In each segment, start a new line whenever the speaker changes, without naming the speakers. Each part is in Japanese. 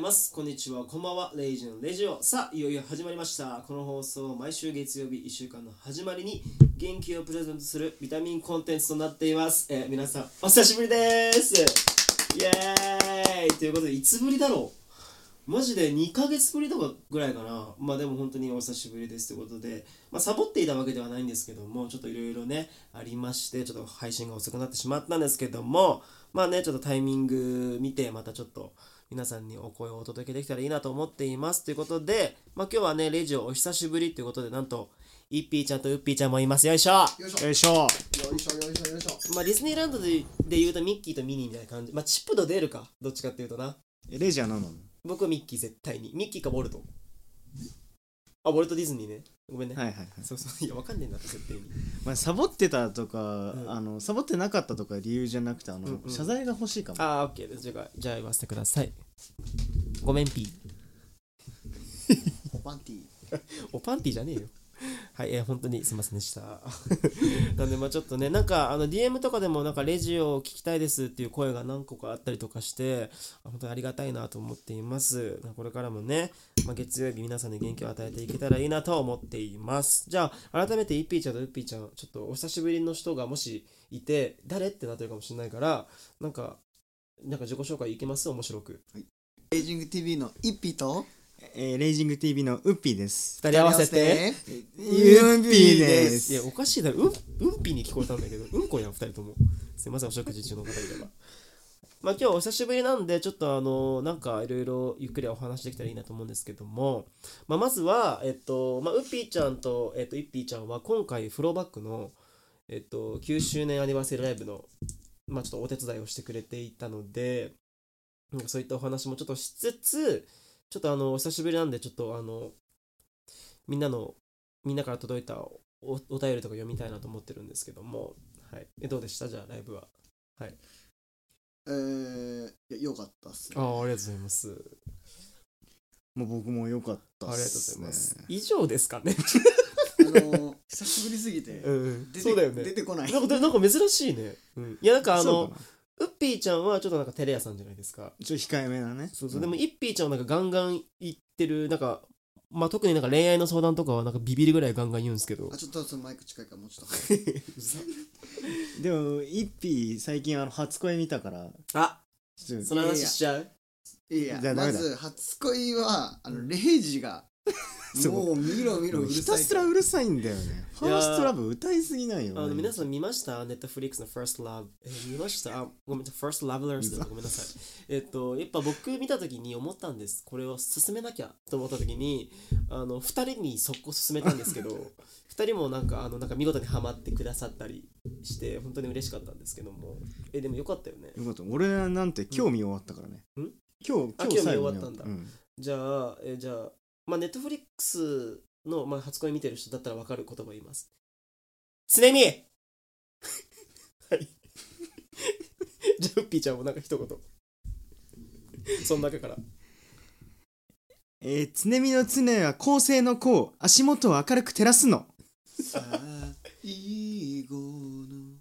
ますこんにちはこんばんはレイジのレジオさあいよいよ始まりましたこの放送は毎週月曜日1週間の始まりに元気をプレゼントするビタミンコンテンツとなっています、えー皆さんお久しぶりですイエーイということでいつぶりだろうマジで2ヶ月ぶりとかぐらいかなまあでも本当にお久しぶりですということで、まあ、サボっていたわけではないんですけどもちょっといろいろねありましてちょっと配信が遅くなってしまったんですけどもまあねちょっとタイミング見てまたちょっと皆さんにお声をお届けできたらいいなと思っていますということで、まあ、今日はねレジオお久しぶりということでなんといっぴーちゃんとうっぴーちゃんもいますよいしょ
よいしょ
よいしょ
よいしょよいしょよいしょ
まあディズニーランドでで言うとミッキーとミニーみたいな感じまあチップとデールかどっちかっていうとな
えレジは何なの
僕はミッキー絶対にミッキーかボルトあボルトディズニーねごめんね、
はいはいはい、
そうそういやわかんねえんだって絶対に
まあ、サボってたとか、
うん
あのサボってなかったとか理由じゃなくてあの、
うんうん
謝罪が欲しいかも
ああオッケーですじゃあじゃあ言わせてくださいごめんピー
おパンティ
おパンティじゃねえよ。はい、えー本当にすいませんでした。 なんで、まあちょっとね、なんか、あの、DM とかでも、なんか、レジを聞きたいですっていう声が何個かあったりとかして、あ本当にありがたいなと思っています。これからもね、まあ、月曜日皆さんに元気を与えていけたらいいなと思っています。じゃあ、改めて、いっぴーちゃんとうっぴーちゃん、ちょっとお久しぶりの人がもしいて、誰ってなってるかもしれないから、なんか、なんか自己紹介いけます面白く。
エイジング TV の一ピと
えーレイジング TV のウッピーです
二人合わせて。
ユンピーで
いや
す
おかしいだろうんうんぴに聞こえたんだけどうんこやん2人ともすいませんお食事中の方いればまあ今日お久しぶりなんでちょっとあのなんかいろいろゆっくりお話できたらいいなと思うんですけども、まあ、まずはえっと、まあ、うっぴーちゃんと、えっと、いっぴーちゃんは今回フローバックのえっと9周年アニバーサリーライブのまあちょっとお手伝いをしてくれていたのでなんかそういったお話もちょっとしつつちょっとあのお久しぶりなんでちょっとあのみんなのみんなから届いたおお便りとか読みたいなと思ってるんですけども、はい、えどうでしたじゃあライブは
えー、いやよかったっす
あありがとうございます
もう僕も良かっ
あ
た
りが
っ
とうござ
す
い
ね
ます以上ですかね
あの ー、久しぶりすぎて
うん
出て
そうだよ
出
ね
てこない
なんかでなんか珍しいね、うん、いやなんかあ
そう
の
かな
ウッピーちゃんはちょっとなんかテレ屋さんじゃないですか
ちょっと控えめだね
そうそう、でもイッピーちゃんはなんかガンガン言ってるなんかまあ特になんか恋愛の相談とかはなんかビビるぐらいガンガン言うんですけど
あちょっとそのマイク近いからもうちょっと
でもウッピー最近あの初恋見たから
あ
ちょっと
その話しちゃう
いやい
じ
や
ゃあダ
ま
メだ
ず初恋はあのレイジが
そう
もう見ろ見ろうる
ひ
さ
た
い
すらうるさいんだよね「フ
い
ァ
やー
ーストラブ歌いすぎないよ、ね、
あの皆さん見ましたネットフリックスの First Love、えー見ましたあごめんなさい First Lovers だったごめんなさいえっとやっぱ僕見た時に思ったんですこれを進めなきゃと思った時にあの2人に速攻進めたんですけど2 人もなんかあのなんか見事にハマってくださったりして本当に嬉しかったんですけどもえでもよかったよね
よかった俺なんて興味終わったからね、
うん
今日
あ
今日最
興
後
味終
に
わったんだ
うん
じゃあ、えーじゃあ、まあ、ネットフリックスの、まあ、初恋見てる人だったら分かる言葉言います。常 にはい。じゃあ、ウッピーちゃんもなんか一言。 その中から。
えー、つねみのつねは恒星のこう足元を明るく照らすの
さあ以後の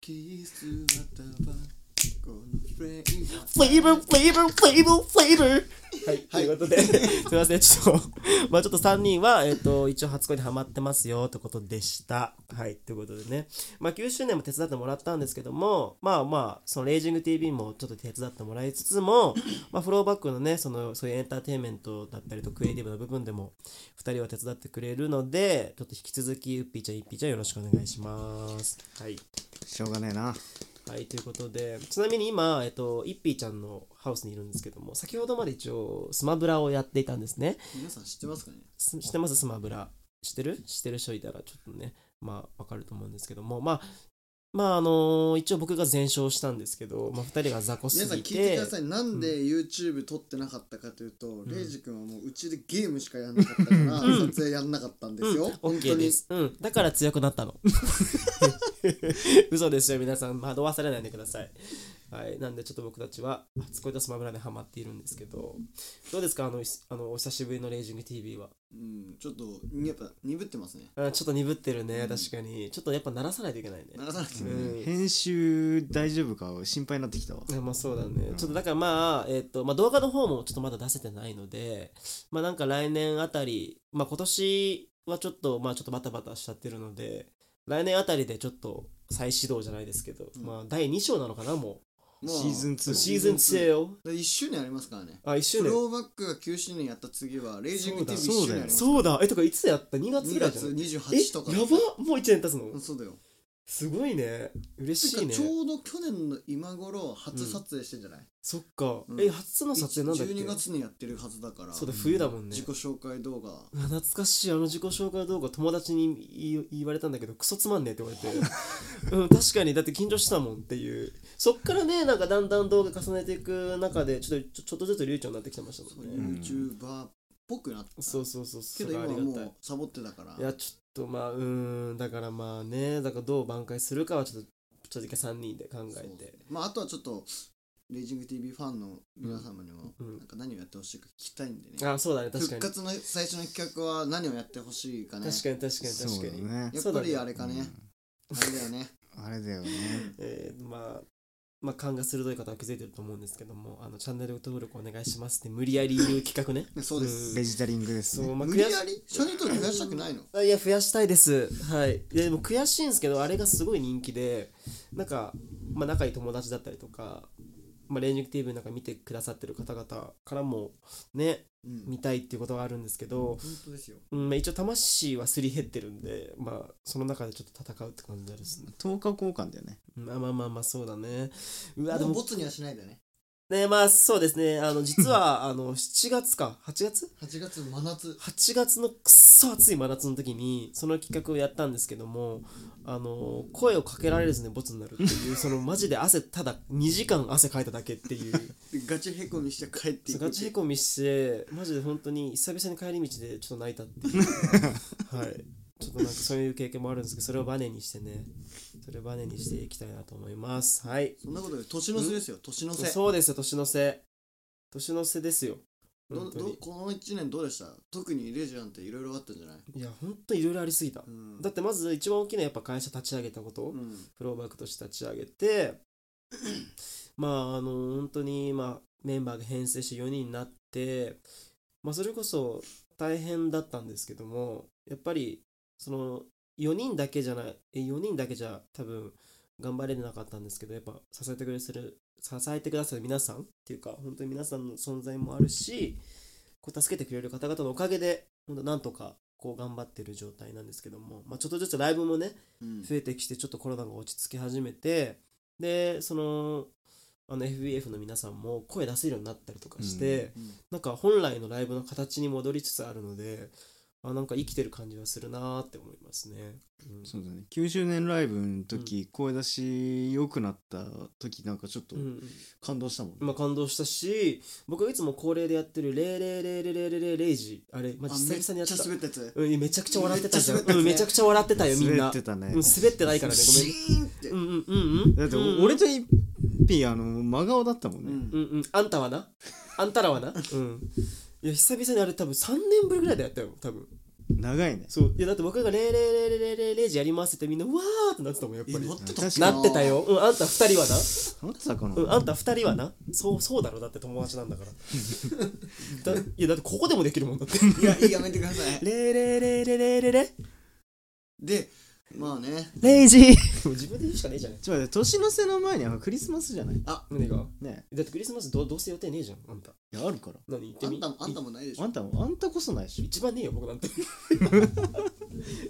キスはタバコのフレーム
フレーバー、フレーバー、フレーバー、フレーバーはい、と
はいいう
ことで、 すいません、ちょっと、まあちょっと3人は、えっ、と、一応初恋にハマってますよ、ということでした。はい、ということでね、まあ9周年も手伝ってもらったんですけども、まあまあ、そのレイジング TV もちょっと手伝ってもらいつつも、 まあフローバックのね、その、そういうエンターテインメントだったりとクリエイティブな部分でも、2人は手伝ってくれるので、ちょっと引き続き、ウッピーちゃん、イッピーちゃんよろしくお願いします。はい。
しょうがねえな
はい、ということで、ちなみに今、えっと、いっぴーちゃんのハウスにいるんですけども、先ほどまで一応、スマブラをやっていたんですね。
皆さん知ってますかね
す知ってますスマブラ。知ってる知ってる人いたら、ちょっとね、まあ、わかると思うんですけども、まあ、まあ、あのー一応僕が全勝したんですけど、まあ、2人が雑魚すぎ
皆さん
て、
聞いてくださいなんで YouTube 撮ってなかったかというと、
ん
レイジ君はもううちでゲームしかやんなかったから撮影やんなかったんですよ、
オ
本
ッケ
当
ー
に
です。うん。だ から強くなったの。嘘ですよ、皆さん。惑わされないでください。はい、なんでちょっと僕たちは初恋とスマブラでハマっているんですけどどうですかあのいあのお久しぶりの「レイジング TV は」
うんちょっとやっぱ鈍ってますね
あちょっと鈍ってるね、
うん
確かにちょっとやっぱ鳴らさないといけないね
流さなくても
うん
編集大丈夫か心配になってきたわ
あまあそうだね、
うん
ちょっとだからまあ,、えっとまあ動画の方もちょっとまだ出せてないのでまあなんか来年あたりまあ今年はちょっとまあちょっとバタバタしちゃってるので来年あたりでちょっと再始動じゃないですけど、
うん
まあ第2章なのかなも
まあ
シーズン2
うシ
シ
ー
ー
ズ
ズ
ン
ン
2
2
よ
だから1周年ありますからね
あ1周
フ
年
ローバックが9周年やった次はレイジング TV1 周
そう
年あ
だよ
ります
そうだえとかいつやった2月ぐ
2
らいじゃ
月
ない
28とか
えやばもう1年経つの
うんそうだよ
すごいね嬉しいね
てかちょうど去年の今頃初撮影してんじゃない、
そっか、
うん
え初の撮影なんだっけ
?12 月にやってるはずだから
そうだ冬だもんね
自己紹介動画
うわ懐かしいあの自己紹介動画友達に言い言われたんだけどクソつまんねえって言われてうん確かにだって緊張してたもんっていうそっからねなんかだんだん動画重ねていく中でちょっとちょちょっとずつ流暢になってきてました
そ
も
うん
ね
ん
YouTuber っぽくなった
そうそうそうそ
け
う
ど今は
あり
も
がたいう
サボってたから
いやちょっとまあうーんだからまあねだからどう挽回するかはちょっとちょっと一回3人で考
そう
えて
まああとはちょっとレイジング TV ファンの皆様にも
うん
なんか何をやってほしいか聞きたいんでね、
あそうだね確か
復
に
活の最初の企画は何をやってほしいかね
確かに確かに確かに、
そうだね
やっ
そうだ
ぱ
ね
りあれかね、あれだよね
うんあれだよね
えーまあまあ勘が鋭い方は気づいてると思うんですけどもあのチャンネル登録お願いしますって無理やり言う企画ね
そうです、
ベジタリングです
そ
ね
う、まあ、
無
悔
理や
し
りチャンネル登録増やしたくないの
あいや増やしたいですはいいやでも悔しいんですけどあれがすごい人気でなんか、まあ、仲いい友達だったりとかまあ、レンジング TV なんか見てくださってる方々からもね
うん
見たいっていうことがあるんですけど、
本当ですよ
うんまあ、一応魂はすり減ってるんでまあその中でちょっと戦うって感じですね、
10日交換だよね
うんまあまあまあまあそうだねうわで
もう
も
ボツにはしないでね
ねまあそうですねあの実はあの7月か8月
8月真夏
8月のくっそ暑い真夏の時にその企画をやったんですけどもあの声をかけられずねボツになるっていうそのマジで汗ただ2時間汗かいただけっていう
ガチへこみして帰っていく
ガチへこみしてマジで本当に久々に帰り道でちょっと泣いたってい うはいちょっとなんかそういう経験もあるんですけどそれをバネにしてねそれをバネにしていきたいなと思いますはい
そんなことより年の瀬ですよ年の瀬
そうですよ年の瀬年の瀬ですよ
ど
本当
ど
に
この1年どうでした特にレジなんていろいろあったんじゃない、
いや本当にいろいろありすぎた、
うん
だってまず一番大きなやっぱ会社立ち上げたこと、
うん
フローバックとして立ち上げて まああの本当にまあメンバーが編成して4人になってまあそれこそ大変だったんですけどもやっぱりその4人だけじゃないえ4人だけじゃ多分頑張れなかったんですけどやっぱ支えてくれする支えてくださる皆さんっていうか本当に皆さんの存在もあるしこう助けてくれる方々のおかげで本当なんとかこう頑張ってる状態なんですけども、まあ、ちょっとずつライブもね
うん
増えてきてちょっとコロナが落ち着き始めてでそのあの FBF の皆さんも声出せるようになったりとかして、
うん
なんか本来のライブの形に戻りつつあるのであなんか生きてる感じはするなーって思いますね。うん
そうだね9周年ライブの時、声出し良くなった時なんかちょっと
うん
感動したもんね、
まあ、感動したし僕がいつも恒例でやってる「レーレーレーレーレーレーレーレイジ」あれ、まあ、
あ
実際にやって
めっち
た
ゃ滑ったやつ
うん、めちゃくちゃ笑ってたじゃん
めっちゃ滑ったね
うんめちゃくちゃ笑ってたよみんな
滑ってたね、
うん、滑ってないからね
シーンって
ごめんうんうんうんうん
だって
うん
俺と一品あの真顔だったもん
う
ね、
う
ん
んうん、あんたはな。あんたらはな。うん。いや、久々にあれ多分3年ぶりぐらいでやったよ、多分。
長いね
そう。いや、だって僕がレーレーレーレーレーレーレージやりますってみんな、わーってなってたもん、やっぱり
え乗。って
確
た
か
な
に
ってたよ。うん、あんた2人はな。
あったかな、
うん、あんた2人はな。そう、そうだろ、だって友達なんだから。だいや、だってここでもできるもんだって。
いやいいやめてくださ い
レーレーレーレーレーレーレー
でまあね
レイジー
もう自分で言うしかねえじゃね
ちょっと待って年の瀬の前にあのクリスマスじゃない
何が
ね
だってクリスマスどうどうせ予定ねえじゃん、あんた。
いやあるから
何言って
あ
み
んたもあんたもないでし
あ
ょ
んたもあんたこそないでし
一番ねえよ、僕なん て。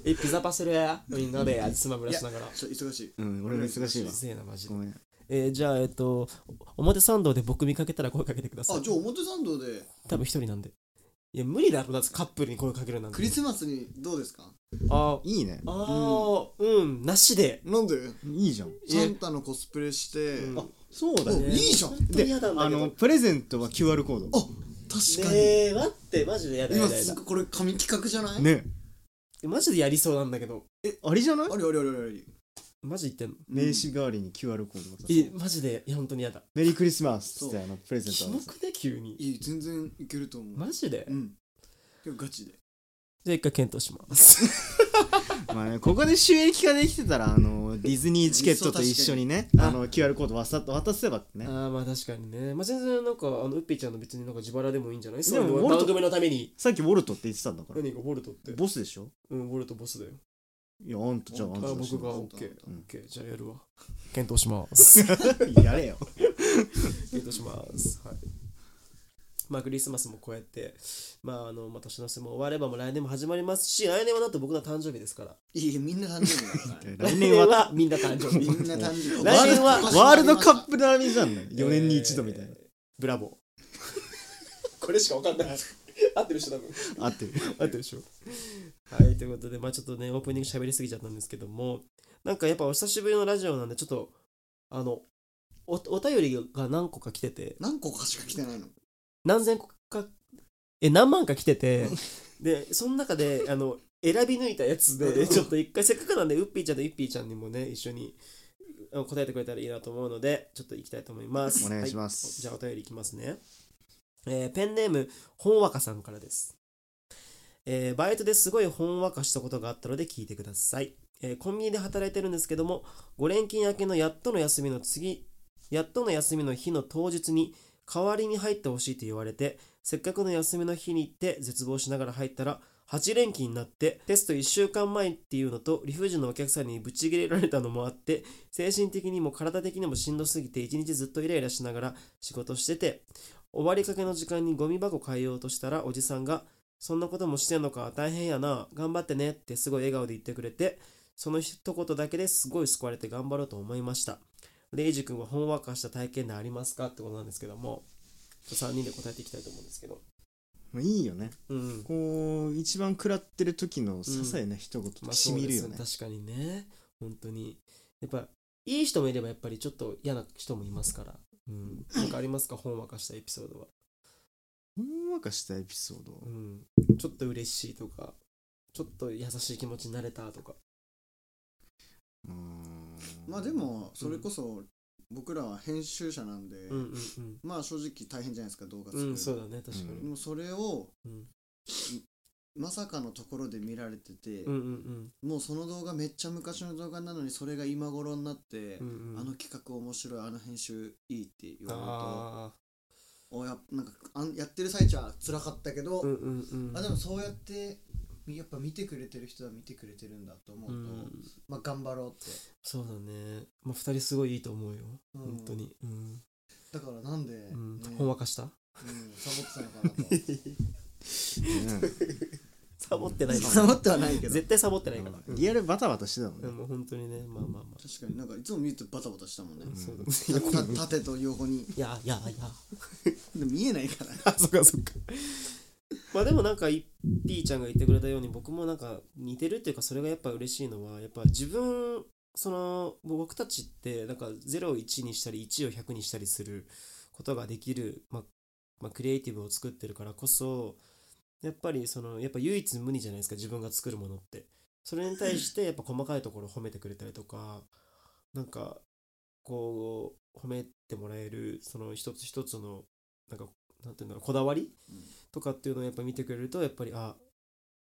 え、ピザパセルやみんなでスマブラしながら。
ちょ忙しい
ょうん俺が忙しいうわ
るせえな、マジで
ご。めん
えーじゃあ、えっと、お表参道で僕見かけたら声かけてください。
あじゃあ表参道で
多分一人なんで。いや、無理だろ、だってカップルに声かけるなんて。
クリスマスにどうですか
あ
いいね
あー、うん、なしで。
なんで
いいじゃん
サンタのコスプレして
うん
あ
そうだ
お
ね
いいじゃん
本当に嫌なんだ
あ
けど。
のプレゼントは QR コー
あ
ド
確か
ね
に
え、待って、マジでやだ
今
やだや
す
だ
ごいこれ神企画じゃない
ね
マジでやりそうなんだけど。
あれじゃない
ありありありあり
マジ言ってんの
名刺代わりに QR コード渡す
えマジでいや本当にやだ
メリークリスマスっつってあのプレゼント
キ
渡
モ
す
くね急に
いい全然いけると思う、
マジで
うん結構ガチで
じゃあ一回検討します
まあねここで収益化できてたらあのディズニーチケットと一緒にね
そう確か
あ
に
の QR コード渡渡せばね
ああまあ確かにねまあ全然なんかあのウッピーちゃんの別になんか自腹でもいいんじゃない
でも
そういう
ボルト
番組のために
さっきウォルトって言ってたんだから
何がボルトって
ボスでしょ
うんボルトボスだよ
いやあんたじゃああ
あ
んた出して
僕が
も
オ
OK
ッケー
うん
OK じゃあやるわ検討します
やれよ
検討しますはいまあクリスマスもこうやってまああのまあ年の瀬も終わればもう来年も始まりますし来年はなんと僕の誕生日ですから
いやみんな誕生日だからね
来年は
みんな誕生
み
日
んな誕生日
来年は
ワールドカッ
プ
プ並みじゃんね4年に一度みたいな
ブラボー これしかわかんない合ってる人多分
あってる
あったでしょ。はい、ということで、まあちょっとね、オープニング喋りすぎちゃったんですけども、なんかやっぱお久しぶりのラジオなんで、ちょっと、あの、おお便りが何個か来てて、
何個かしか来てないの
何千個か、え、何万か来て て、で、その中で、あの、選び抜いたやつで、ちょっと一回、せっかくなんで、ウッピーちゃんとイッピーちゃんにもね、一緒にあの答えてくれたらいいなと思うので、ちょっと行きたいと思います。
お願いし
は
ます
じゃあお便りいきますね、えーペンネームほんわかさんからです、えーバイトですごいほんわかしたことがあったので聞いてください、えーコンビニで働いてるんですけども5連勤明けのやっとの休みの次やっとの休みの日の当日に代わりに入ってほしいと言われてせっかくの休みの日に行って絶望しながら入ったら8連勤になってテスト1週間前っていうのと理不尽なお客さんにブチギレられたのもあって精神的にも体的にもしんどすぎて一日ずっとイライラしながら仕事してて終わりかけの時間にゴミ箱変えようとしたらおじさんが「そんなこともしてんのか大変やな頑張ってね」ってすごい笑顔で言ってくれてその一言だけですごい救われて頑張ろうと思いましたレイジ君はほんわかした体験談ありますかってことなんですけども3人で答えていきたいと思うんですけど
もういいよね
うん
こう一番食らってる時の些細な一言ってしみるよ
ま
ね
あ、そうですね確かにね本当にやっぱいい人もいればやっぱりちょっと嫌な人もいますから、うん、なんかありますか ほんわかしたエピソードは、
ほんわかしたエピソード
うん、ちょっと嬉しいとかちょっと優しい気持ちになれたとか
うーん
まあでもそれこそ僕らは編集者なんで、
うんうん
まあ正直大変じゃないですか動画
う
作
ん
る、
うんそうだね確か
で
に、
もそれを
うん、
まさかのところで見られてて、
うんうん
もうその動画めっちゃ昔の動画なのにそれが今頃になって、
うんうんうん
あの企画面白いあの編集いいって言われると
あ
おやなんかあんやってる最中は辛かったけど、
ーうんうんうん
あでもそうやってみやっぱ見てくれてる人は見てくれてるんだと思う
う
と、
ん、
まあ頑張ろうって
そうだね、まあ、2人すごいいいと思うよ、
うん
本当に、うん
だからなんで、
うん
ね
ほんわかした
うんサボってたのかなと
サボってないか
サ
ら
ボってはないけど
絶対サボってないから、
うんリアルバタバタしてたもん
う
ね
ん、もう本当にねまあまあまあ
確かになんかいつも見るとバタバタしたもんね、
そうだ
たた縦と横に
いやいやいや
でも見えないから
あそっかそっかまあでもなんかい P ちゃんが言ってくれたように僕もなんか似てるっていうかそれがやっぱ嬉しいのはやっぱ自分その僕たちってなんか0を1にしたり1を100にしたりすることができる、まあまあ、クリエイティブを作ってるからこそやっぱりそのやっぱ唯一無二じゃないですか自分が作るものってそれに対してやっぱ細かいところを褒めてくれたりとかなんかこう褒めてもらえるその一つ一つのなんかなんていうんだろうこだわり、
うん
とかっていうのをやっぱ見てくれるとやっぱりあ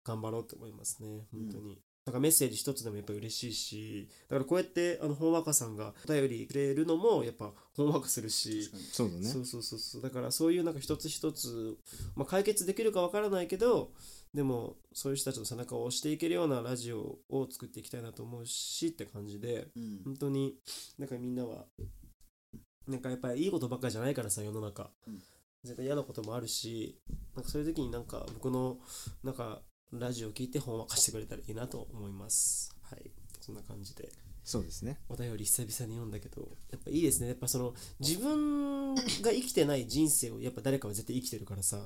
頑張ろうって思いますね本当に、なんかメッセージ一つでもやっぱ嬉しいしだからこうやってあのほんわかさんがお便りくれるのもやっぱほんわかするし
確かに
そうだね
そうそうそうそうだからそういうなんか一つ一つ、まあ、解決できるかわからないけどでもそういう人たちの背中を押していけるようなラジオを作っていきたいなと思うしって感じで
うん
本当になんかみんなはなんかやっぱりいいことばっかりじゃないからさ世の中、
うん
絶対嫌なこともあるしなんかそういう時になんか僕のなんかラジオを聞いてほんわかしてくれたらいいなと思いますはいそんな感じで
そうですね
お便り久々に読んだけどやっぱいいですねやっぱその自分が生きてない人生をやっぱ誰かは絶対生きてるからさ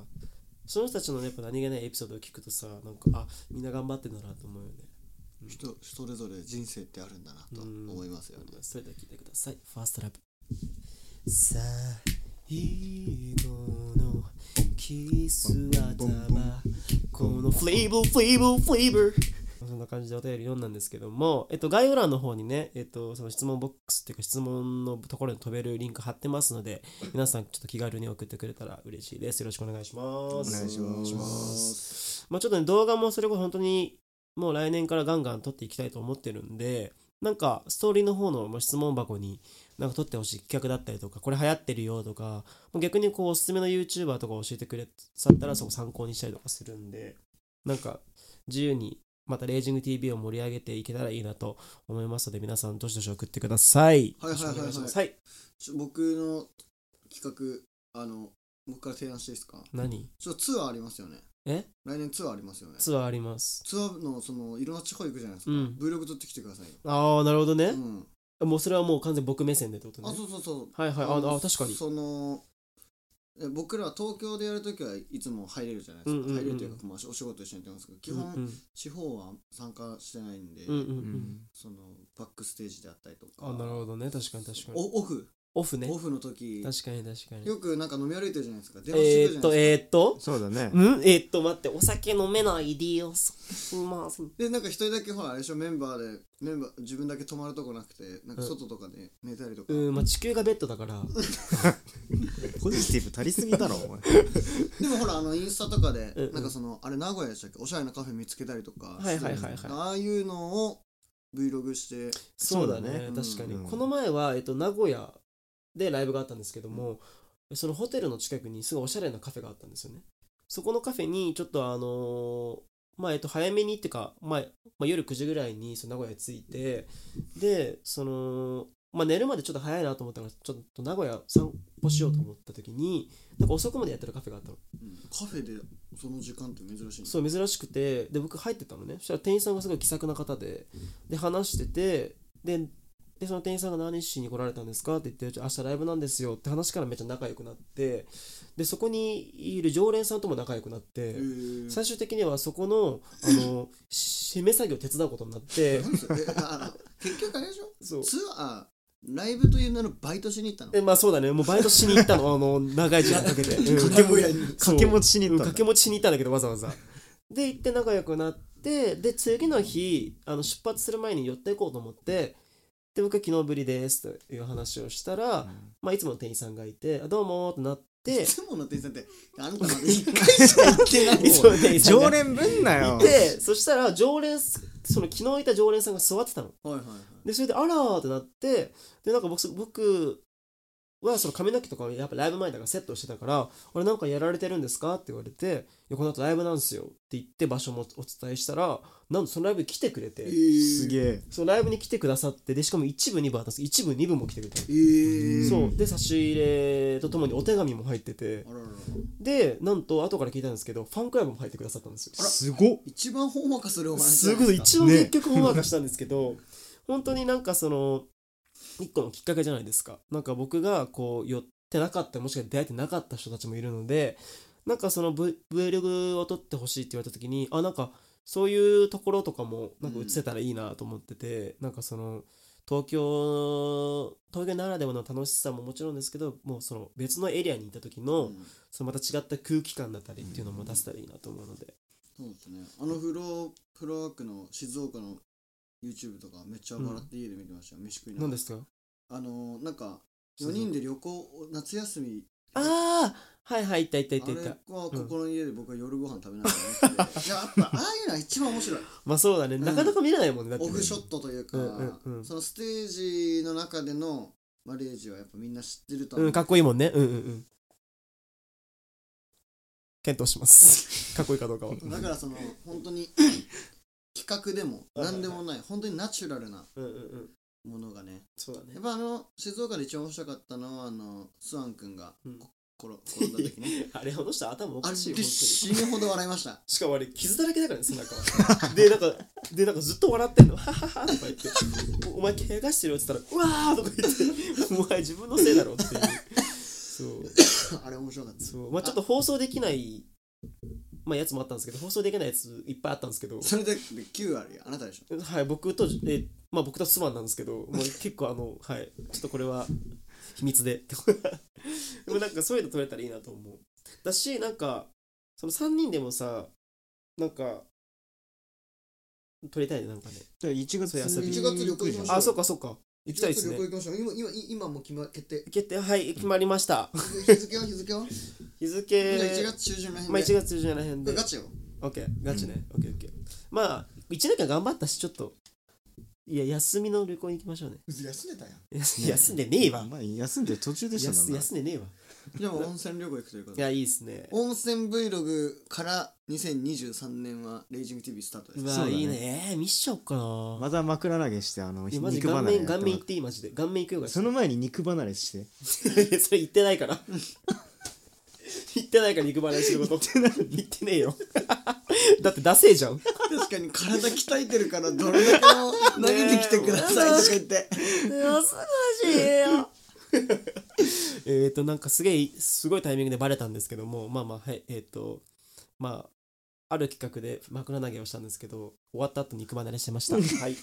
その人たちのやっぱ何気ないエピソードを聞くとさなんかあみんな頑張ってんだなと思うよね
人それぞれ人生ってあるんだなと思いますよね
それでは聞いてくださいファーストラブ最後のキスはたばこのフレーバーフレーバーフレーバーそんなな感じでお便り読んだんですけども、えっと、概要欄の方にね、えっと、その質問ボックスっていうか質問のところに飛べるリンク貼ってますので皆さんちょっと気軽に送ってくれたら嬉しいですよろしくお願いし
お
ます
願いし
お願いし
ま
ますす
まあ、ちょっとね動画もそれこそ本当にもう来年からガンガン撮っていきたいと思ってるんでなんかストーリーの方のまあ質問箱になんか撮ってほしい企画だったりとかこれ流行ってるよとかもう逆にこうおすすめの YouTuber とか教えてくれさったらそこ参考にしたりとかするんでなんか自由にまたレイジング TV を盛り上げていけたらいいなと思いますので皆さんどしどし送ってください。
はい
よろ
はいはいはい
しくお願しますはい、
ちょ僕の企画あの僕から提案していいですか
何
ちょっとツアーありますよね
え
来年ツアーありますよね
ツアーあります。
ツアーのそのいろんな地方行くじゃないですか、
う
v
ん
Vlog 撮ってきてくださいよ、
ああなるほどね
う、ん、
もうそれはもう完全に僕目線でってことね
あ。そうそうそう
はいはいあ
の
あ確かに。
そのえ僕ら東京でやるときはいつも入れるじゃないですか、
うんうんうん
入れるというか、まあ、お仕事一緒にやってますけど基本、
うん
地方は参加してないんで、
うんうんう
うんん
そのバックステージであったりとか
うん。あなるほどね確かに確かに。
おオフ
オフね
オ。フの時
確かに確かに。
よくなんか飲み歩いてるじゃないですか電話して
えー
くる
っ
じゃ
と
ないで
え
すか、
ーっと。
そうだね
うんえーっと待ってお酒飲めないでよすません。
でなんか一人だけほらあれでしょメンバーでメンバー自分だけ泊まるとこなくてなんか外とかで寝たりとか、
うんまあ地球がベッドだから。
ポジティブ足りすぎだ ろお前
でもほらあのインスタとかで
うんうん
なんかそのあれ名古屋でしたっけおしゃれなカフェ見つけたりとか
はいはいはいはい
してるんですよああいうのを Vlog して
そうだ
そうだ
ね
ね
確かに。
うん
この前はえっと名古屋でライブがあったんですけども、そのホテルの近くにすごいおしゃれなカフェがあったんですよね。そこのカフェにちょっとあのーまあえっと早めにっていうか、まあ、まあ夜9時ぐらいにその名古屋に着いてでそのまあ寝るまでちょっと早いなと思ったからちょっと名古屋散歩しようと思った時になんか遅くまでやってるカフェがあったの
うんカフェでその時間って珍しいんです
そう珍しくてで僕入ってったのねそしたら店員さんがすごい気さくな方でで話しててででその店員さんが何しに来られたんですかって言って明日ライブなんですよって話からめっちゃ仲良くなってでそこにいる常連さんとも仲良くなって、
へー
最終的にはそこのあのし締め作業を手伝うことになって
何それえああ結局あれでしょ
そう
ツアーライブという名のバイトしに行ったの
でまあそうだねもうバイトしに行ったのあの 長い時間かけて。うん
掛け小屋に
掛け持ちしに
うん
行ったんだ
掛け持ちしに行ったんだけどわざわざで行って仲良くなってで次の日あの出発する前に寄っていこうと思ってで僕は昨日ぶりですという話をしたら、まあ、いつもの店員さんがいてあどうもーってなって
いつもの店員さんってあんたまだ 一回しか行ってない
いつもの店員さん
常
が
連ぶんなよ
いてそしたら常連その昨日いた常連さんが座ってたの
はいはいはい
でそれであらーってなってでなんか僕そ僕はその髪の毛とかをやっぱライブ前だからセットしてたから「俺なんかやられてるんですか?」って言われて「いやこの後ライブなんですよ」って言って場所もお伝えしたらなんとそのライブに来てくれて、
すげ
え
え
そのライブに来てくださってでしかも一部二部あったんです一部二部も来てくれたの、
えー
そうで差し入れとともにお手紙も入ってて
あららら
でなんと後から聞いたんですけどファンクラブも入ってくださったんですよ
すごっ
一番ほんわかするお話
そういうこと
じゃないですか
一番結局ほんわかしたんですけど、本当になんかその一個のきっかけじゃないですかなんか僕がこう寄ってなかったもしくは出会えてなかった人たちもいるのでなんかその V- Vlog を撮ってほしいって言われた時にあなんかそういうところとかもなんか映せたらいいなと思ってて、なんかその東京東京ならではの楽しさももちろんですけどもうその別のエリアにいた時の,、
うん
そのまた違った空気感だったりっていうのも出せたらいいなと思うので、
そうですね。あのフロープロワークの静岡の YouTube とかめっちゃ笑って家で見てましたよ。飯食いなが
何
ら。
ですか
あのー、なんか4人で旅行、夏休み。
ああはいはいいたいたい
あ
た
れ
い
は
た
ここの家で僕は夜ご飯食べながら見 てていややっぱああいうのは一番面白い
まあそう だね、
ん
なかなか見れないもんねだって
オ
ね
フショットというか、
うんうんうん
そのステージの中でのマレージはやっぱみんな知ってると思う、
うんかっこいいもんねうんうんうん検討します かっこいいかどうかは
だからその本 当に企画でも何でもない本当にナチュラルな
うんうんうん
ものがね
そうだね
やっぱあの静岡で一番面白かったのはあのスワン君が
うん
転転んだ時ね
あれあの人 頭お
あ
か
れ
しいよ
で
本当に
死ぬほど笑いました
しかもあれ傷だらけだからね背中は でなんかでなんかずっと笑ってんの「ははは」とか言って「おお前怪我してるよ」って言ったら「うわー」とか言って「お前自分のせいだろ」っていうそう
あれ面白かった
そうまあちょっと放送できないまあやつもあったんですけど放送できないやついっぱいあったんですけど
それで9割あなたでしょ
はい、僕と、え、まあ、僕と妻なんですけど、まあ、結構あの、はい、ちょっとこれは秘密で。 でもなんかそういうの撮れたらいいなと思う。だし、なんか、その3人でもさ、なんか、撮りたいねなんかね
ら1月
そう遊び
1月旅行行きましょ
あそっかそっか行きたいですね
旅行行きましょう今今今もう決ま決定
決定はい決まりました
日付は日 付はじ
日
ゃあ
付
1月中旬らへん
まあ
で
1月中旬らへん
こ
で
れガチよ
オッケーガチね、オッケーオッケーまあ1年間頑張ったしちょっといや休みの旅行に行きましょうね
うず休んでたやん
休休んでねえわ
まあ休んでる途中でした
休
もんね
休んでねえわ
じゃあもう温泉旅行行くということ
いやいいっすね
温泉 Vlog から2023年はレイジング TV スタート です
うわ
そうだね
いいねえー見しちゃおっかな、
また枕投げしてあの
いやマジ
肉
顔
離れや
面
った
顔
の
面行っていいマジで顔面行くよが
その前に肉離れして
い やそれ言ってないから言ってないから肉離れしてること言ってねえよだってダセえじゃん
確かに体鍛えてるからどれだ けの投げてきてくださいとか言って
恐ろしいよ えっとなんかすげえすごいタイミングでバレたんですけどもまあまあはいえっ、とまあある企画で枕投げをしたんですけど終わった後肉離れしてま したはい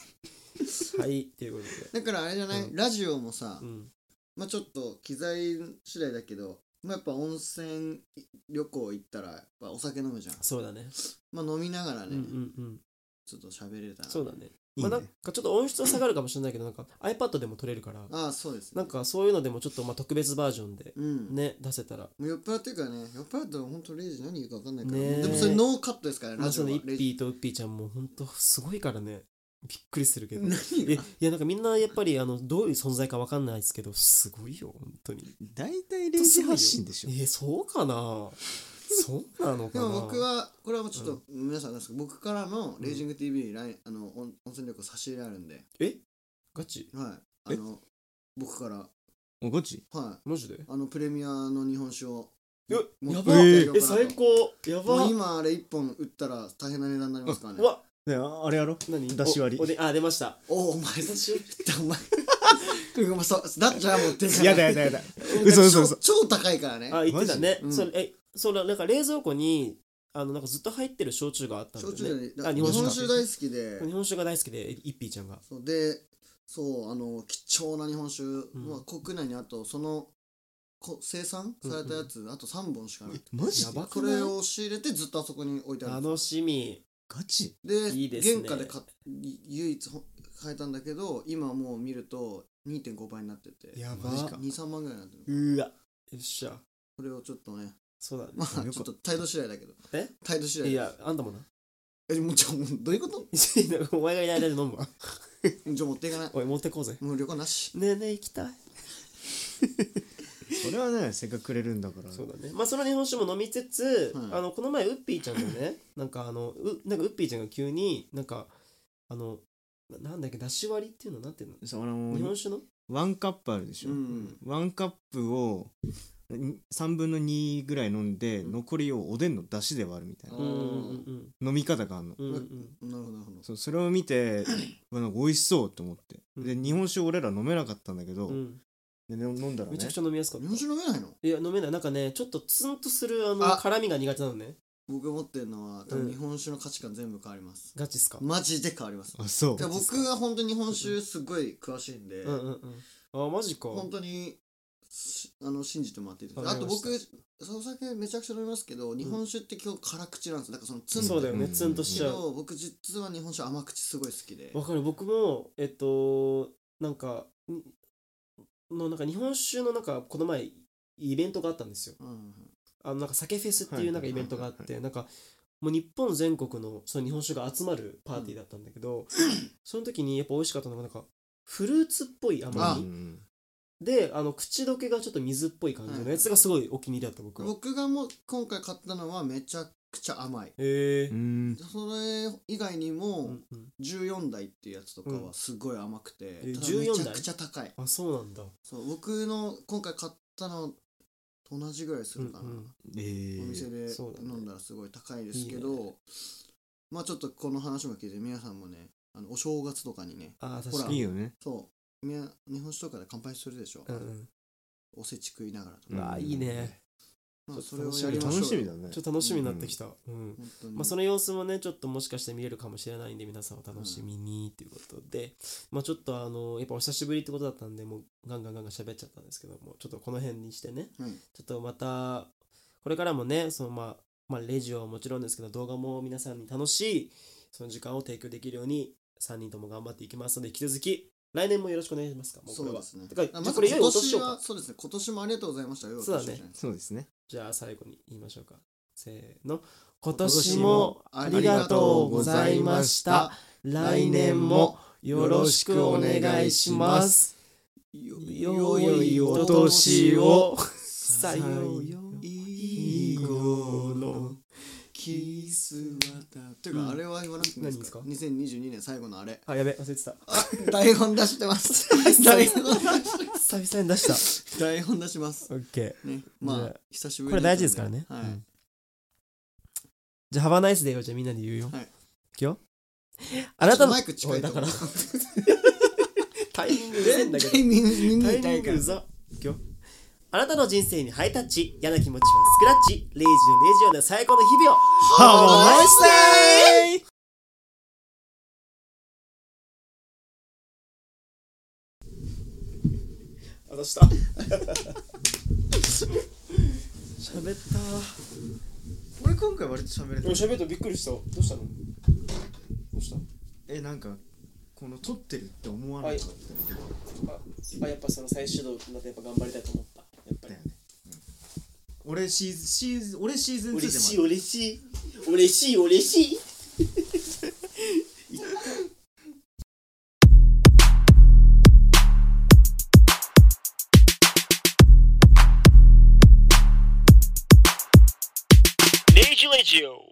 はいっていうことで
だからあれじゃない、ラジオもさ、
うん
まあちょっと機材次第だけどまあやっぱ温泉旅行行ったらやっぱお酒飲むじゃん
そうだね
まあ飲みながらね、
うんうんうん
ちょっと喋れたら
そうだね
いい
まあ
ね、
なんかちょっと音質は下がるかもしれないけどなんか iPad でも撮れるから
ああそうですね
なんかそういうのでもちょっとまあ特別バージョンで
うん
ね出せたら
もう酔っ払ってるからね酔っ払ったら本当レイジ何言うか分かんないから、
ねえ
でもそれノーカットですからね
ま
ラ
あ
ジオ
そ
は
の一
レイジ
ピーとウッピーちゃんも本当すごいからねびっくりするけど
何
えい
が
やなんかみんなやっぱりあのどういう存在かわかんないですけどすごいよ本当に
大体0時発信でしょ
えそうかなそうなのか
で
な
も僕はこれはもうちょっと皆さんなんですけど僕からのレイジング TV ラインあの温温泉旅行差し入れあるんで
えガチ
はいあの僕から
おガチ
はい
マジで
あのプレミアの日本酒を
や
も
や
っ
ば
と
え
や
ー
ろう
え
かなと
最高やば
もう今あれ1本売ったら大変な値段になりますからね
うわ
ねああれやろ
何
出し割り
おおであ出ま した
おお前差し
し割
お 前お前そうだじゃあもうでかい
やだやだやだ嘘嘘嘘
超超高いからね
あ言ってたね、
マジ
それえそれなんか冷蔵庫にあのなんかずっと入ってる焼酎があったんだよ
焼
ね
酎じゃない
あ
日
日
本
本酒
酒大好きで
日本酒が大好きでいっぴーちゃんが
そうでそうあの貴重な日本酒、
ん
まあ、国内にあとそのこ生産されたやつ、あと3本しかない
マジ
や
で
ば
こ
くない
れを仕入れてずっとあそこに置いてあるんで
楽しみ
ガ
す
チ
で
いいですね
原価で買っ唯一ほ買えたんだけど今もう見ると2.5倍になってて
やば
マジか
23万ぐらいになってる
うわよっしゃ
これをちょっとね
そうだね
まあ
よか
ちょっと態度次第だけど
え
態度次第
いやあんたもな
えもうちょもうどういうこと
お前がいない間で飲むわ
じゃあ持っていかない
おい持ってこうぜ
もう旅行なし
ねえねえ行きたい
それはねせっかくくれるんだから
そうだねまあその日本酒も飲みつつ、
はい
あのこの前ウッピーちゃんとねなんかあのうなんかウッピーちゃんが急になんかあのななんだっけだし割りっていうのなんていうの
そうあ
日
の
本酒の
ワンカップあるでし
う
ょ
ん
ワンカップを3分の2ぐらい飲んで残りをおでんの出汁で割るみたいな
うんうん
飲み方があるの
うんうんうん
なるほどなるほど
そうそれを見 てうわなんか美味しそうと思ってで
うん
日本酒俺ら飲めなかったんだけど
うんうん
でね飲んだら
め
ね
ちゃくちゃ飲みやすかった
日本酒飲めないの
いや飲めないなんかねちょっとツンとするあの
あ
辛みが苦手なのね
僕持ってるのは多
う
分
ん
日本酒の価値観全部変わります、
ガチっすか
マジで変わります
あそう
で
ガチっすか
僕が本当に日本酒すごい詳しいんで、
うんうんうんあマジか
本当にしあの信じてもらっていいです
わか
あ
り
と
ました
僕お酒めちゃくちゃ飲みますけど日本酒って今日辛口なんですだからそのツン
そうだよね
うん
ツンとし
け
ちゃう
ど僕実は日本酒甘口すごい好きで
わかる僕もえっとなんかにのなんか日本酒のなんかこの前イベントがあったんですよ
うんうん
あのなんか酒フェスって
はいいうは
な
い
ん
はい
か
はい
イベントがあってなんかもう日本全国のその日本酒が集まるパーティーだったんだけど、その時にやっぱ美味しかったのがなんかフルーツっぽい甘
あ
み
ん
であの口どけがちょっと水っぽい感じのやつがすごいお気に入りだった僕は。
僕がもう今回買ったのはめちゃくちゃ甘い
へえ
う。ん
それ以外に
う
も
んうん
14台っていうやつとか
う
はすごい甘くて、
え
ただ
14台
めちゃくちゃ高い
あそうなんだ。
そう僕の今回買ったのと同じぐらいするか
う
な、
んうん
え
お店
ー
で
そうだね
飲んだらすごい高いですけ
い
ど、
いね
まあちょっとこの話も聞いて皆さんもねあのお正月とかにね
あー
ほ
確
ら
か
いい
に。
よね
そうみんな日本酒とかで乾杯するでしょ、
うんうん
おせち食いながらと
う
か、
わいいね。
ま
ちょ
あ、
っと
それ
楽しみ
をやりましょう
楽しみ
だ
だね
ちょっと楽しみになってきた。うん。
本当に、
まあ、その様子もねちょっともしかして見れるかもしれないんで皆さんお楽しみにということで、まあちょっとあのやっぱお久しぶりってことだったんでもうガンガンガンガン喋っちゃったんですけどもちょっとこの辺にしてね
はい
ちょっとまたこれからもねそのまあまあレジオはもちろんですけど動画も皆さんに楽しいその時間を提供できるように3人とも頑張っていきますので引き続き来年もよろしくお願いしますかもうこ
そ
れ
う
は
ですね
てか
あ
じゃ
ま
あ
ず
これ
今
良いお年
年
をか
はそうですね今年もありがとうございましたよ
そうだね
良いお年をじゃない
そうですね
じゃあ最後に言いましょうかせーの今年も
あ
ありがとうございました来年もよろしくお願いします
よ
よいお年をさようよ
いい頃キスはたっていうか、
うん
あれは言わなくていいんですか
何
2022年最後のあれ
あやべ忘れてた
あ台本出してます
々
台
に
本出し
久々に出した
台本出します
オッケー
ね
じ
ま
ゃあ
あ久しぶり
これ大事ですからね
はい、
うんじゃあ、ハバナイスデーをじゃあみんなで言うよ。
はい
い。よ。あなたの
マイク近いと
おだか
思う
ら。タイミングうぜえん
絶
だけど
対。耳
タ
耳
イ
痛
ミ
い
ン
か
グ
ら
うざ。いくよ。あなたの人生にハイタッチ、嫌な気持ちはスクラッチ、レイジのレジオの最高の日々を。
Have a nice
a nice day! あ、どうした喋った
俺今回割と喋れた
喋ったびっくりしたどうしたのどうした
えなんかこの撮ってるって思わなかった
あやっぱその再始動になってやっぱ頑張りたいと思ったやっぱり
だよね、うん俺シーズンシーズン俺シーズン2でも
嬉しい嬉しい嬉しい嬉しいレイジレジオ